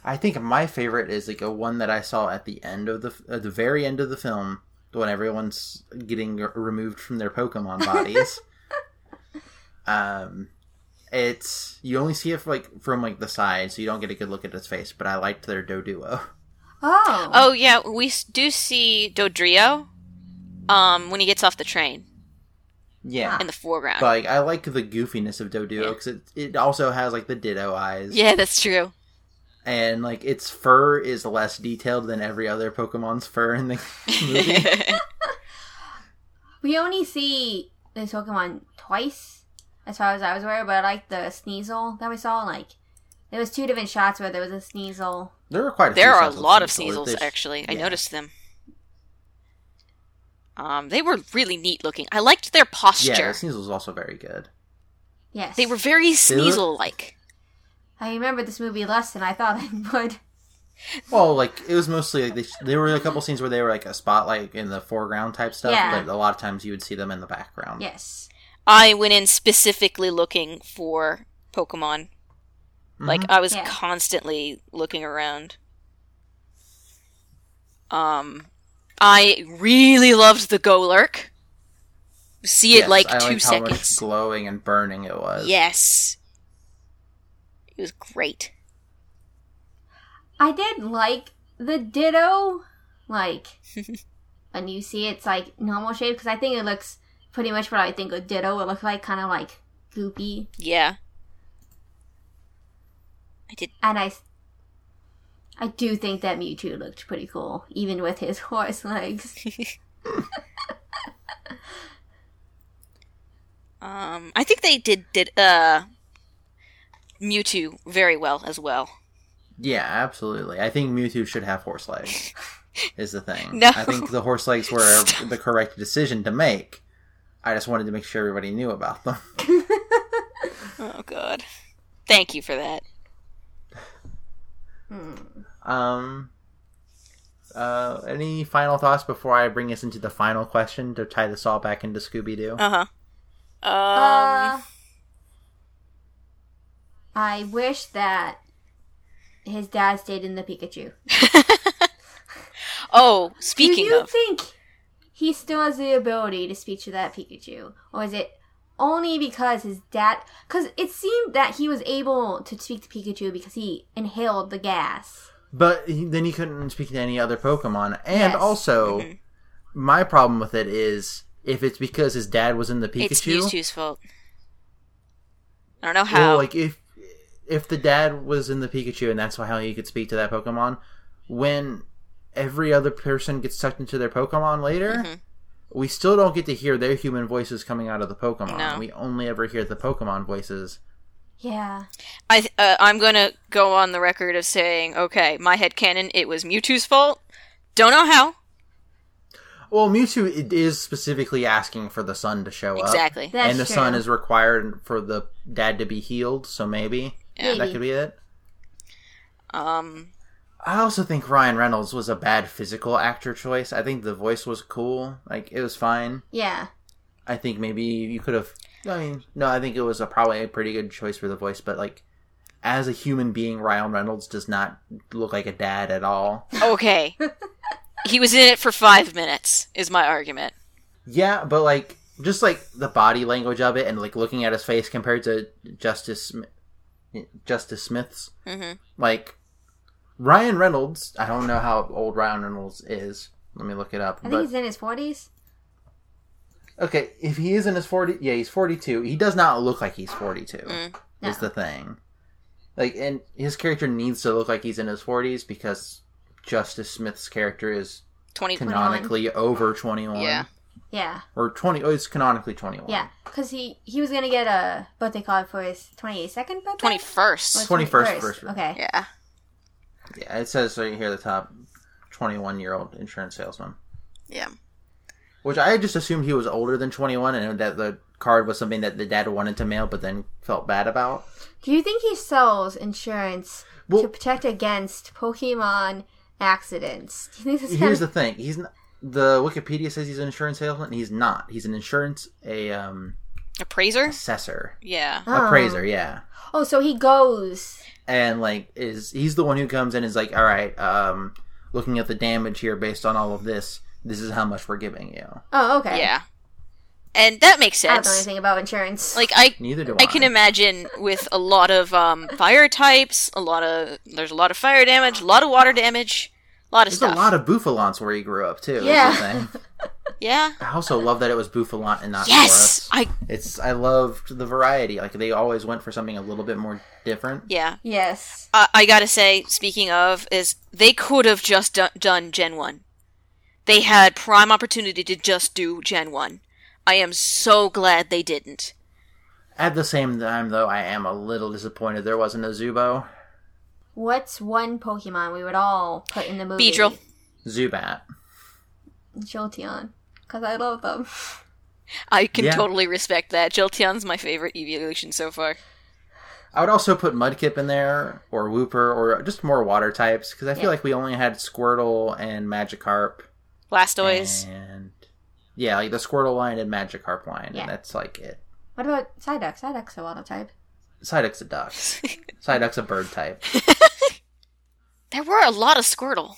S1: I think my favorite is like a one that I saw at the end of the at the very end of the film when everyone's getting r- removed from their Pokemon bodies. um, it's you only see it from, like from like the side, so you don't get a good look at its face. But I liked their Doduo.
S4: Oh.
S3: Oh yeah, we s- do see Dodrio, um, when he gets off the train
S1: Yeah.
S3: in the foreground.
S1: But like, I like the goofiness of Doduo
S3: Yeah.
S1: because it, it also has like the Ditto eyes.
S3: yeah, that's true.
S1: and like its fur is less detailed than every other Pokemon's fur in the movie.
S4: We only see this Pokemon twice, as far as I was aware, but I like the Sneasel that we saw. Like, there was two different shots where there was a Sneasel.
S1: there are quite. A
S3: there
S1: few
S3: are a
S1: Sneasels.
S3: lot of
S1: Sneasel.
S3: Sneasels
S1: There's-
S3: actually. I
S1: yeah.
S3: noticed them. Um, they were really neat looking. I liked their posture.
S1: Yeah, the Sneasel is also very good.
S4: Yes.
S3: they were very
S1: look-
S3: Sneasel like.
S4: I remember this movie less than I thought I would.
S1: Well, like it was mostly like they, there were a couple scenes where they were like a spotlight in the foreground type stuff,
S4: Yeah.
S1: but a lot of times you would see them in the background.
S4: Yes.
S3: I went in specifically looking for Pokemon.
S1: Mm-hmm.
S3: Like I was
S4: Yeah.
S3: constantly looking around. Um I really loved the Golurk. See it
S1: Yes,
S3: like
S1: I
S3: two
S1: liked how much
S3: seconds.
S1: glowing and burning it was.
S3: Yes. It was great.
S4: I did like the Ditto, like when you see it's like normal shape because I think it looks pretty much what I think a Ditto would look like, kind of like goopy.
S3: Yeah. I did
S4: And I, I do think that Mewtwo looked pretty cool, even with his horse legs.
S3: um I think they did did uh Mewtwo very well as well.
S1: Yeah, absolutely. I think Mewtwo should have horse legs. is the thing.
S3: No.
S1: I think the horse legs were the correct decision to make. I just wanted to make sure everybody knew about them.
S3: Oh god. Thank you for that.
S1: Um, uh, any final thoughts before I bring us into the final question to tie this all back into Scooby Doo?
S3: Uh-huh. Um,
S4: Uh, I wish that his dad stayed in the Pikachu.
S3: oh,
S4: do
S3: speaking
S4: you
S3: of.
S4: think he still has the ability to speak to that Pikachu, or is it only because his dad? Because it seemed that he was able to speak to Pikachu because he inhaled the gas.
S1: But he, then he couldn't speak to any other Pokemon. And
S4: Yes.
S1: also,
S3: Mm-hmm.
S1: my problem with it is if it's because his dad was in the
S3: It's
S1: Pikachu,
S3: Mewtwo's fault. I don't know how.
S1: well, like if if the dad was in the Pikachu and that's how he could speak to that Pokemon, when every other person gets sucked into their Pokemon later.
S3: Mm-hmm.
S1: We still don't get to hear their human voices coming out of the Pokemon.
S3: No.
S1: We only ever hear the Pokemon voices.
S4: Yeah,
S3: I th- uh, I'm gonna go on the record of saying, okay, my head canon, it was Mewtwo's fault. Don't know how
S1: Well, Mewtwo i- is specifically asking for the sun to show up.
S3: exactly.
S4: that's
S1: and the
S4: true.
S1: sun is required for the dad to be healed, so maybe that
S4: Maybe.
S1: could be it.
S3: Um,
S1: I also think Ryan Reynolds was a bad physical actor choice. I think the voice was cool, like it was fine.
S4: yeah,
S1: I think maybe you could have. I mean, no, I think it was a, probably a pretty good choice for the voice, but like as a human being, Ryan Reynolds does not look like a dad at all.
S3: okay. he was in it for five minutes. Is my argument.
S1: Yeah, but like just like the body language of it and like looking at his face compared to Justice Sm- Justice Smith's
S4: Mm-hmm.
S3: Mhm.
S1: like Ryan Reynolds. I don't know how old Ryan Reynolds is. Let me look it up.
S4: I think
S1: but
S4: he's in his forties.
S1: okay, if he is in his forty, yeah, he's forty two. He does not look like he's forty two.
S4: Mm, No.
S1: Is the thing like, and his character needs to look like he's in his forties because Justice Smith's character is
S3: Twenty.
S1: canonically over twenty one.
S3: Yeah.
S4: Yeah,
S1: Or twenty. Oh, it's canonically twenty one.
S4: yeah, because he he was gonna get a birthday card for his twenty second birthday.
S3: Twenty
S4: Or
S3: first.
S1: 21st
S4: 21st?
S1: first.
S4: Okay.
S3: Yeah.
S1: Yeah, it says right here at the top, twenty-one-year-old insurance salesman.
S3: Yeah.
S1: Which I just assumed he was older than twenty-one, and that the card was something that the dad wanted to mail, but then felt bad about.
S4: Do you think he sells insurance
S1: Well-
S4: to protect against Pokemon accidents? Do you think this
S1: Here's
S4: kind
S1: the
S4: of,
S1: thing: he's not, the Wikipedia says he's an insurance salesman. He's not. He's an insurance a um,
S3: Appraiser.
S1: assessor,
S3: Yeah.
S1: appraiser. Yeah,
S4: oh, so he goes.
S1: and like is he's the one who comes in and is like, all right, um, looking at the damage here based on all of this, this is how much we're giving you.
S4: Oh, okay.
S3: Yeah. And that makes
S4: I don't know
S3: sense.
S4: anything about insurance.
S3: Like I
S1: Neither do I.
S3: I can imagine with a lot of um, fire types, a lot of there's a lot of fire damage, a lot of water damage, a lot of
S1: There's
S3: stuff.
S1: a lot of Buffalons where he grew up too. is the
S4: Yeah.
S1: thing.
S3: yeah.
S1: I also love that it was Buffalant and not
S3: Yes.
S1: Taurus.
S3: I
S1: It's I loved the variety. Like they always went for something a little bit more different.
S3: yeah.
S4: yes.
S3: I, I gotta say, speaking of, is they could have just do- done Gen One. They had prime opportunity to just do Gen One. I am so glad they didn't.
S1: At the same time, though, I am a little disappointed there wasn't a Zubo,
S4: What's one Pokemon we would all put in the movie?
S3: Beedrill.
S1: Zubat.
S4: Jolteon. Because I love them.
S3: I can
S1: Yeah.
S3: totally respect that. Jolteon's my favorite evolution so far.
S1: I would also put Mudkip in there, or Wooper, or just more water types, because I feel
S4: Yeah.
S1: like we only had Squirtle and Magikarp.
S3: Blastoise.
S1: And yeah, like the Squirtle line and Magikarp line,
S4: Yeah.
S1: and that's like it.
S4: What about Psyduck? Psyduck's a water type.
S1: Psyduck's a duck. Psyduck's a bird type.
S3: there were a lot of Squirtle.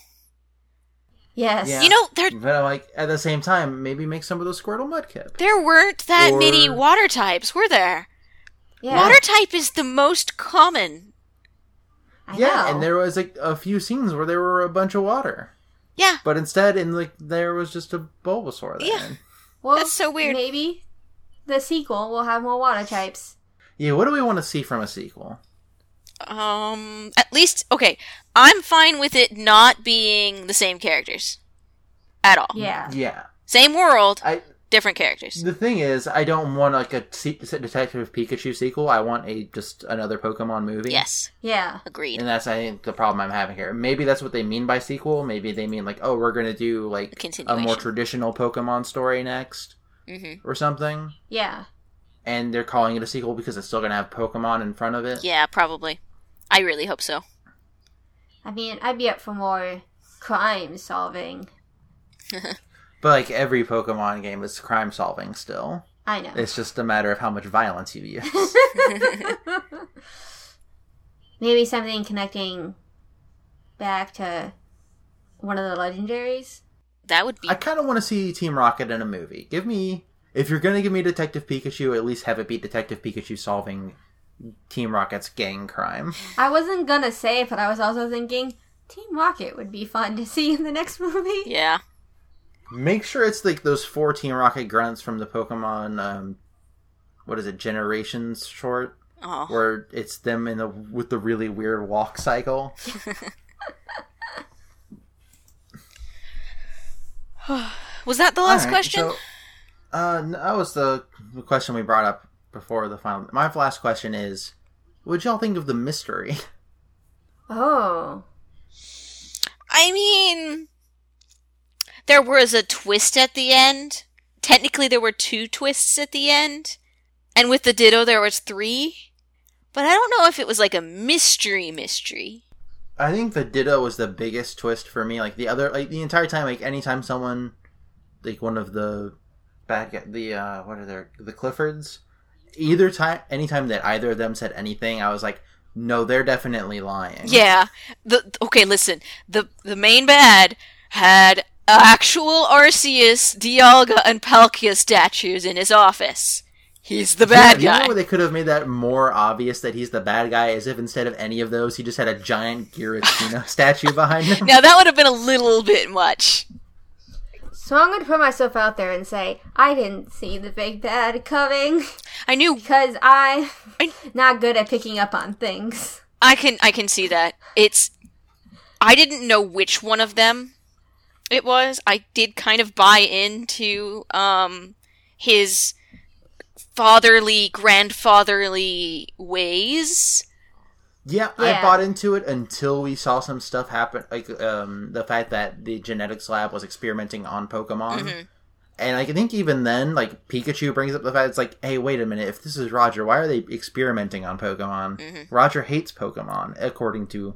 S4: Yes.
S1: Yeah.
S3: You know, there
S1: But I'm like at the same time, maybe make some of those Squirtle Mudkip.
S3: there weren't that many
S1: Or-
S3: water types, were there?
S4: Yeah.
S3: Water type is the most common.
S4: I
S1: yeah,
S4: know.
S1: and there was like a few scenes where there were a bunch of water,
S3: Yeah.
S1: but instead, in like there was just a Bulbasaur. Then.
S3: Yeah.
S4: Well,
S3: That's so weird.
S4: Maybe the sequel will have more water types.
S1: Yeah. What do we want to see from a sequel?
S3: Um at least okay, I'm fine with it not being the same characters at all.
S4: Yeah.
S1: Yeah.
S3: Same world,
S1: I
S3: different characters.
S1: The thing is, I don't want like a se- Detective Pikachu sequel. I want a just another Pokemon movie.
S3: Yes,
S4: Yeah.
S3: agreed.
S1: and that's I think the problem I'm having here. Maybe that's what they mean by sequel. Maybe they mean like, oh, we're gonna do
S3: A
S1: like a
S3: continuation.
S1: more traditional Pokemon story next
S3: Mhm.
S1: or something,
S4: Yeah.
S1: and they're calling it a sequel because it's still gonna have Pokemon in front of it.
S3: Yeah, probably. I really hope so.
S4: I mean, I'd be up for more crime solving.
S1: But like every Pokemon game is crime solving still.
S4: I know.
S1: It's just a matter of how much violence you use.
S4: Maybe something connecting back to one of the legendaries.
S3: That would be
S1: I kind of want to see Team Rocket in a movie. Give me if you're gonna give me Detective Pikachu, at least have it be Detective Pikachu solving Team Rocket's gang crime.
S4: I wasn't gonna say it, but I was also thinking Team Rocket would be fun to see in the next movie.
S3: Yeah.
S1: Make sure it's like those four Team Rocket grunts from the Pokemon. Um, what is it? Generations short,
S3: Oh.
S1: where it's them in the with the really weird walk cycle.
S3: Was that the last
S1: All right,
S3: question?
S1: so, uh, no, that was the the question we brought up before the final. My last question is: Would y'all think of the mystery?
S4: Oh.
S3: I mean, there was a twist at the end. Technically, there were two twists at the end, and with the Ditto, there was three. But I don't know if it was like a mystery mystery.
S1: I think the Ditto was the biggest twist for me. Like the other, like the entire time, like anytime someone, like one of the back at the uh what are their the Cliffords, either time, anytime that either of them said anything, I was like, no, they're definitely lying.
S3: Yeah. The okay, listen. The the main bad had actual Arceus, Dialga, and Palkia statues in his office. He's the bad
S1: you know
S3: guy.
S1: where they could have made that more obvious that he's the bad guy, as if instead of any of those, he just had a giant Giratina statue behind him.
S3: Now that would have been a little bit much.
S4: So I'm gonna put myself out there and say I didn't see the big bad coming
S3: I knew
S4: because I
S3: I-
S4: not good at picking up on things.
S3: I can I can see that. It's I didn't know which one of them it was. I did kind of buy into um his fatherly grandfatherly ways.
S1: Yeah,
S4: Yeah.
S1: I bought into it until we saw some stuff happen, like um, the fact that the genetics lab was experimenting on Pokemon,
S3: Mm-hmm.
S1: and like, I think even then, like Pikachu brings up the fact it's like, hey, wait a minute, if this is Roger, why are they experimenting on Pokemon?
S3: Mm-hmm.
S1: Roger hates Pokemon, according to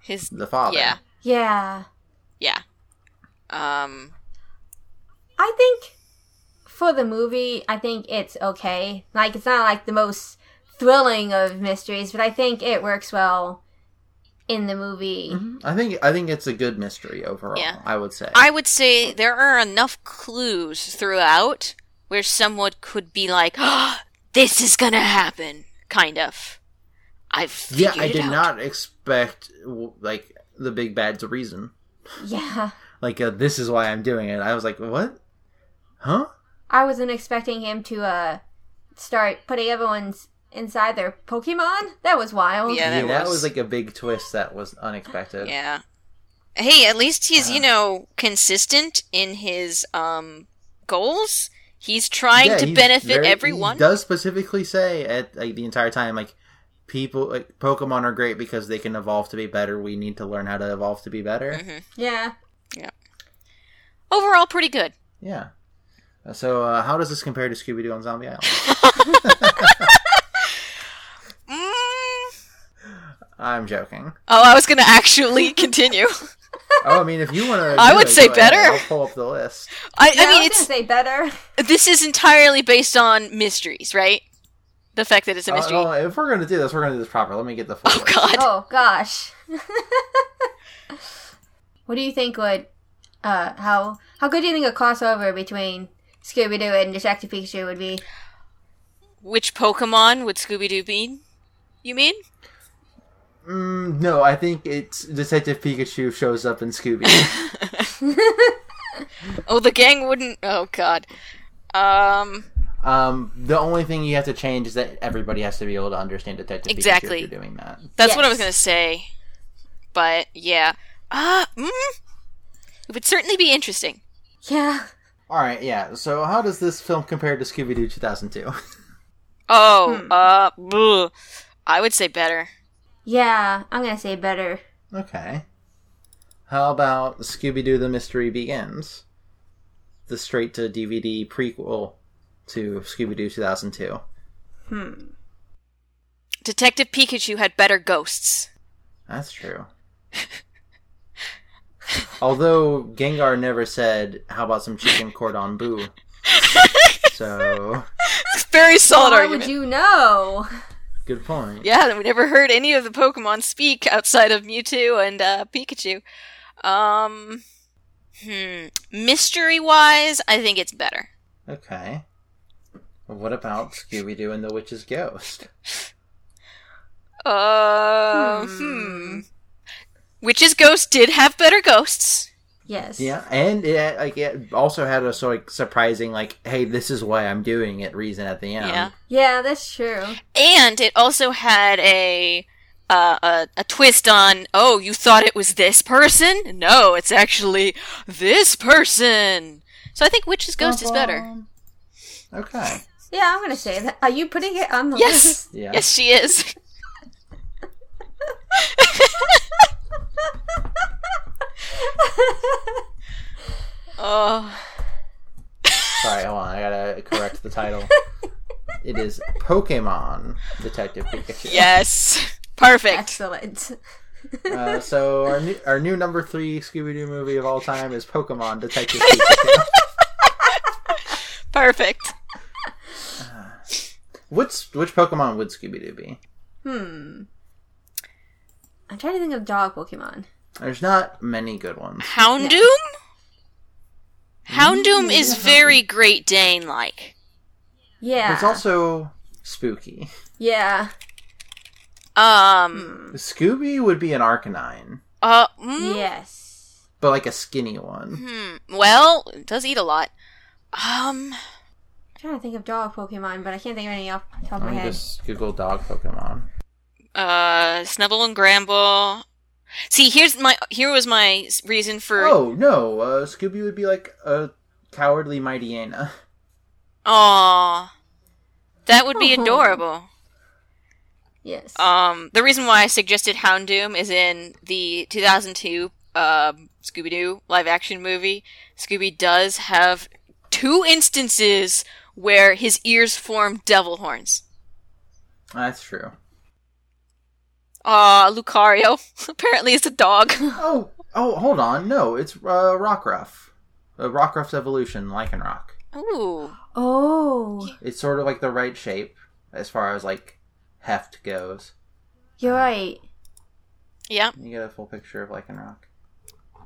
S3: His
S1: the father.
S3: yeah.
S4: Yeah.
S3: Yeah. Um
S4: I think for the movie, I think it's okay. Like it's not like the most thrilling of mysteries, but I think it works well in the movie.
S1: Mm-hmm. I think I think it's a good mystery overall.
S3: Yeah.
S1: I would say.
S3: I would say there are enough clues throughout where someone could be like, oh, this is gonna happen kind of. I've
S1: yeah,
S3: figured
S1: I
S3: it
S1: did
S3: out.
S1: not expect w- like the big bad's reason.
S3: Mm-hmm.
S4: Yeah.
S1: Like uh, this is why I'm doing it. I was like, what? Huh?
S4: I wasn't expecting him to uh start putting everyone's inside their Pokemon. That was wild.
S3: Yeah. that was-
S1: like a big twist that was unexpected.
S3: Yeah. Hey, at least he's, you know, consistent in his um goals. He's trying
S1: Yeah,
S3: to
S1: he's
S3: benefit
S1: very-
S3: everyone.
S1: He does specifically say at like the entire time, like people, like Pokemon are great because they can evolve to be better. We need to learn how to evolve to be better.
S3: Mm-hmm.
S4: Yeah.
S3: Overall pretty good.
S1: Yeah. So, uh, how does this compare to Scooby Doo on Zombie Island?
S3: Mm,
S1: I'm joking.
S3: Oh, I was gonna actually continue.
S1: Oh, I mean, if you want to,
S3: I would say better.
S1: I'll pull up the list.
S3: I,
S4: Yeah,
S3: I mean,
S4: was
S3: it's
S4: gonna say better.
S3: this is entirely based on mysteries, right? The fact that it's a
S1: Uh,
S3: mystery.
S1: no, if we're gonna do this, we're gonna do this proper. Let me get the full
S3: oh
S1: list.
S3: God.
S4: Oh gosh. what do you think would uh how how good do you think a crossover between Scooby Doo and Detective Pikachu would be?
S3: Which Pokemon would Scooby Doo be? You mean?
S1: Mm, no, I think it's Detective Pikachu shows up in Scooby.
S3: Oh, the gang wouldn't. Oh God. Um.
S1: um, the only thing you have to change is that everybody has to be able to understand Detective Pikachu.
S3: Exactly.
S1: If you're doing that.
S3: That's what I was
S4: Yes.
S3: gonna say. But yeah, uh, mm, it would certainly be interesting.
S4: Yeah.
S1: All right, yeah. So, how does this film compare to Scooby Doo 2002?
S3: Oh, uh, bleh. I would say better.
S4: Yeah, I'm gonna say better.
S1: okay. How about Scooby Doo: The Mystery Begins, the straight to DVD prequel to Scooby Doo 2002?
S3: Detective Pikachu had better ghosts.
S1: That's true. Although Gengar never said, "How about some chicken cordon bleu?" so
S3: Very solid
S4: How
S3: argument.
S4: would you know?
S1: good point.
S3: Yeah, we never heard any of the Pokemon speak outside of Mewtwo and uh, Pikachu. Um, hmm. Mystery wise, I think it's better.
S1: Okay. What about Scooby Doo and the Witch's Ghost?
S3: Uh, hmm. Witch's Ghost did have better ghosts.
S4: Yes.
S1: Yeah, and it like it also had a sort of surprising like, "Hey, this is why I'm doing it." Reason at the end.
S3: Yeah.
S4: Yeah, that's true.
S3: and it also had a uh, a, a twist on oh you thought it was this person no it's actually this person so i think witch's ghost is better
S1: Okay.
S4: Yeah, I'm gonna say that. Are you putting it on the
S3: yes
S4: list?
S1: Yeah.
S3: yes she is oh
S1: Sorry, hold on. I gotta correct the title. it is Pokemon Detective Pikachu.
S3: yes perfect
S4: Excellent.
S1: Uh, so our new, our new number three Scooby Doo movie of all time is Pokemon Detective Pikachu.
S3: perfect
S1: What's which Pokemon would Scooby Doo be?
S4: Hmm. I'm trying to think of dog Pokemon.
S1: There's not many good ones.
S3: houndoom houndoom is very great dane like
S4: Yeah.
S1: It's also spooky.
S4: yeah.
S3: um
S1: Scooby would be an Arcanine,
S3: uh mm,
S4: Yes.
S1: but like a skinny one.
S3: hmm, well it does eat a lot um
S4: I'm trying to think of dog Pokemon, but I can't think of any off the top of
S1: Let me
S4: my head.
S1: just Google dog Pokemon.
S3: uh snubble and gramble see here's my here was my s- reason for oh,
S1: Oh no, uh, Scooby would be like a cowardly Mightyena.
S3: that would be
S4: Oh.
S3: adorable
S4: Yes.
S3: um the reason why i suggested houndoom is in the 2002 um scooby-doo live action movie scooby does have two instances where his ears form devil horns
S1: That's true.
S3: Ah, lucario apparently it's a dog
S1: Oh, oh, hold on. No, it's uh, Rockruff. Uh, Rockruff's evolution, Lycanroc.
S3: ooh
S4: oh,
S1: It's sort of like the right shape as far as like heft goes.
S4: you're right.
S3: yeah
S1: You get a full picture of Lycanroc.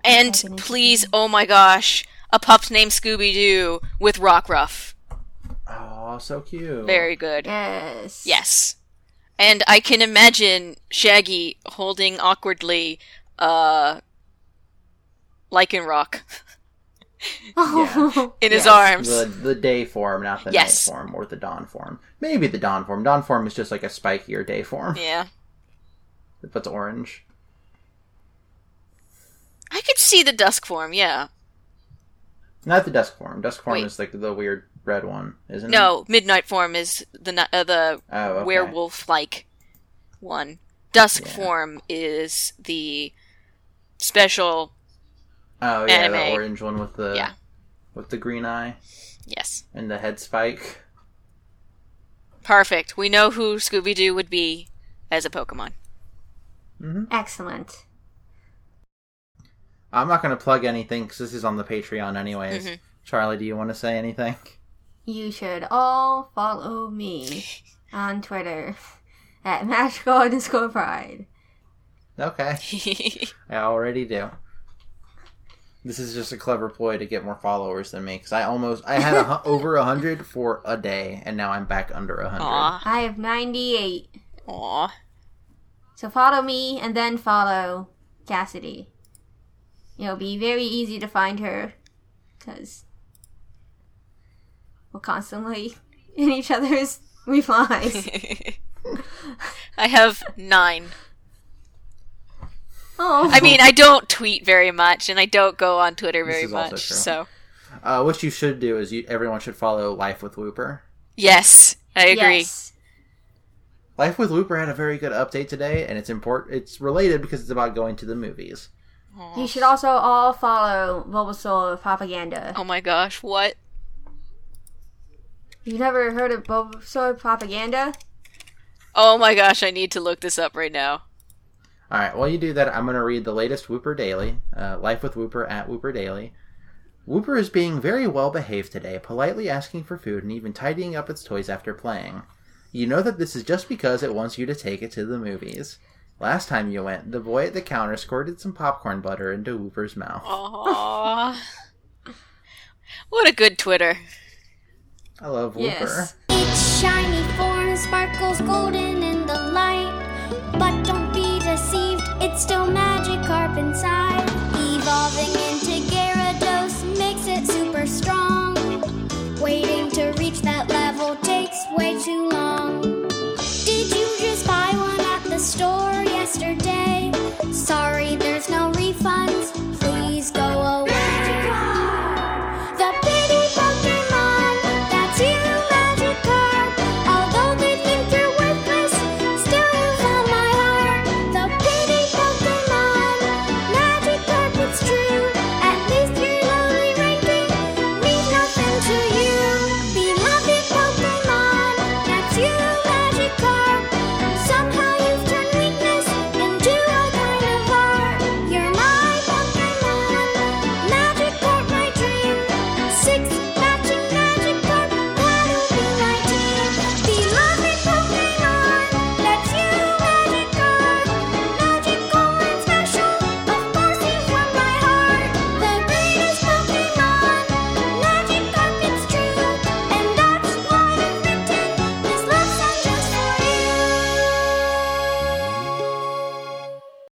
S3: And
S4: Dragon is
S3: please, oh my gosh, a pup named Scooby Doo with Rockruff.
S1: Oh, so cute.
S3: Very good.
S4: Yes.
S3: Yes. And I can imagine Shaggy holding awkwardly uh Lycanroc
S4: Oh.
S3: in his
S1: Yes,
S3: arms.
S1: The the day form, not the
S3: Yes.
S1: night form or the dawn form. Maybe the dawn form. Dawn form is just like a spikier day form,
S3: Yeah.
S1: but it's orange.
S3: I could see the dusk form, yeah.
S1: Not the dusk form. Dusk form
S3: Wait.
S1: is like the weird red one, isn't
S3: No, midnight form is the ni- uh, the
S1: it? No. Mm-hmm. Oh, okay.
S3: werewolf like one. Dusk
S1: Yeah.
S3: form is the special.
S1: Oh yeah, the
S3: anime.
S1: orange one with the
S3: Yeah.
S1: with the green eye
S3: Yes.
S1: and the head spike.
S3: Perfect. We know who Scooby Doo would be as a Pokemon.
S1: Mhm.
S4: Excellent.
S1: I'm not going to plug anything because this is on the Patreon, anyways.
S3: Mhm.
S1: Charlie, do you want to say anything?
S4: You should all follow me on Twitter at magical underscore pride.
S1: Okay, I already do. This is just a clever ploy to get more followers than me because I almost I had a, hu- over a hundred for a day, and now I'm back under a hundred.
S3: Aw.
S4: I have 98.
S3: Aw.
S4: So follow me and then follow Cassidy. It'll be very easy to find her because we're constantly in each other's replies.
S3: I have nine.
S4: oh,
S3: I mean, I don't tweet very much, and I don't go on Twitter
S1: This
S3: very
S1: is also
S3: much.
S1: true.
S3: So,
S1: Uh, what you should do is you, everyone should follow Life with Looper.
S3: yes, I agree.
S4: Yes.
S1: Life with Looper had a very good update today, and it's important. It's related because it's about going to the movies.
S3: Aw.
S4: You should also all follow Bulbasaur Propaganda.
S3: Oh my gosh, what?
S4: You've never heard of Bulbasaur Propaganda?
S3: Oh my gosh, I need to look this up right now.
S1: All right, while you do that, I'm going to read the latest Whooper Daily, uh, Life with Whooper at Whooper Daily. Whooper is being very well behaved today, politely asking for food and even tidying up its toys after playing. You know that this is just because it wants you to take it to the movies. Last time you went, the boy at the counter squirted some popcorn butter into Whooper's mouth.
S3: Oh, Aww. what a good Twitter.
S1: I love Whooper.
S4: Yes.
S5: Each shiny form sparkles golden in the light. But don't be deceived, it's still magic carp inside.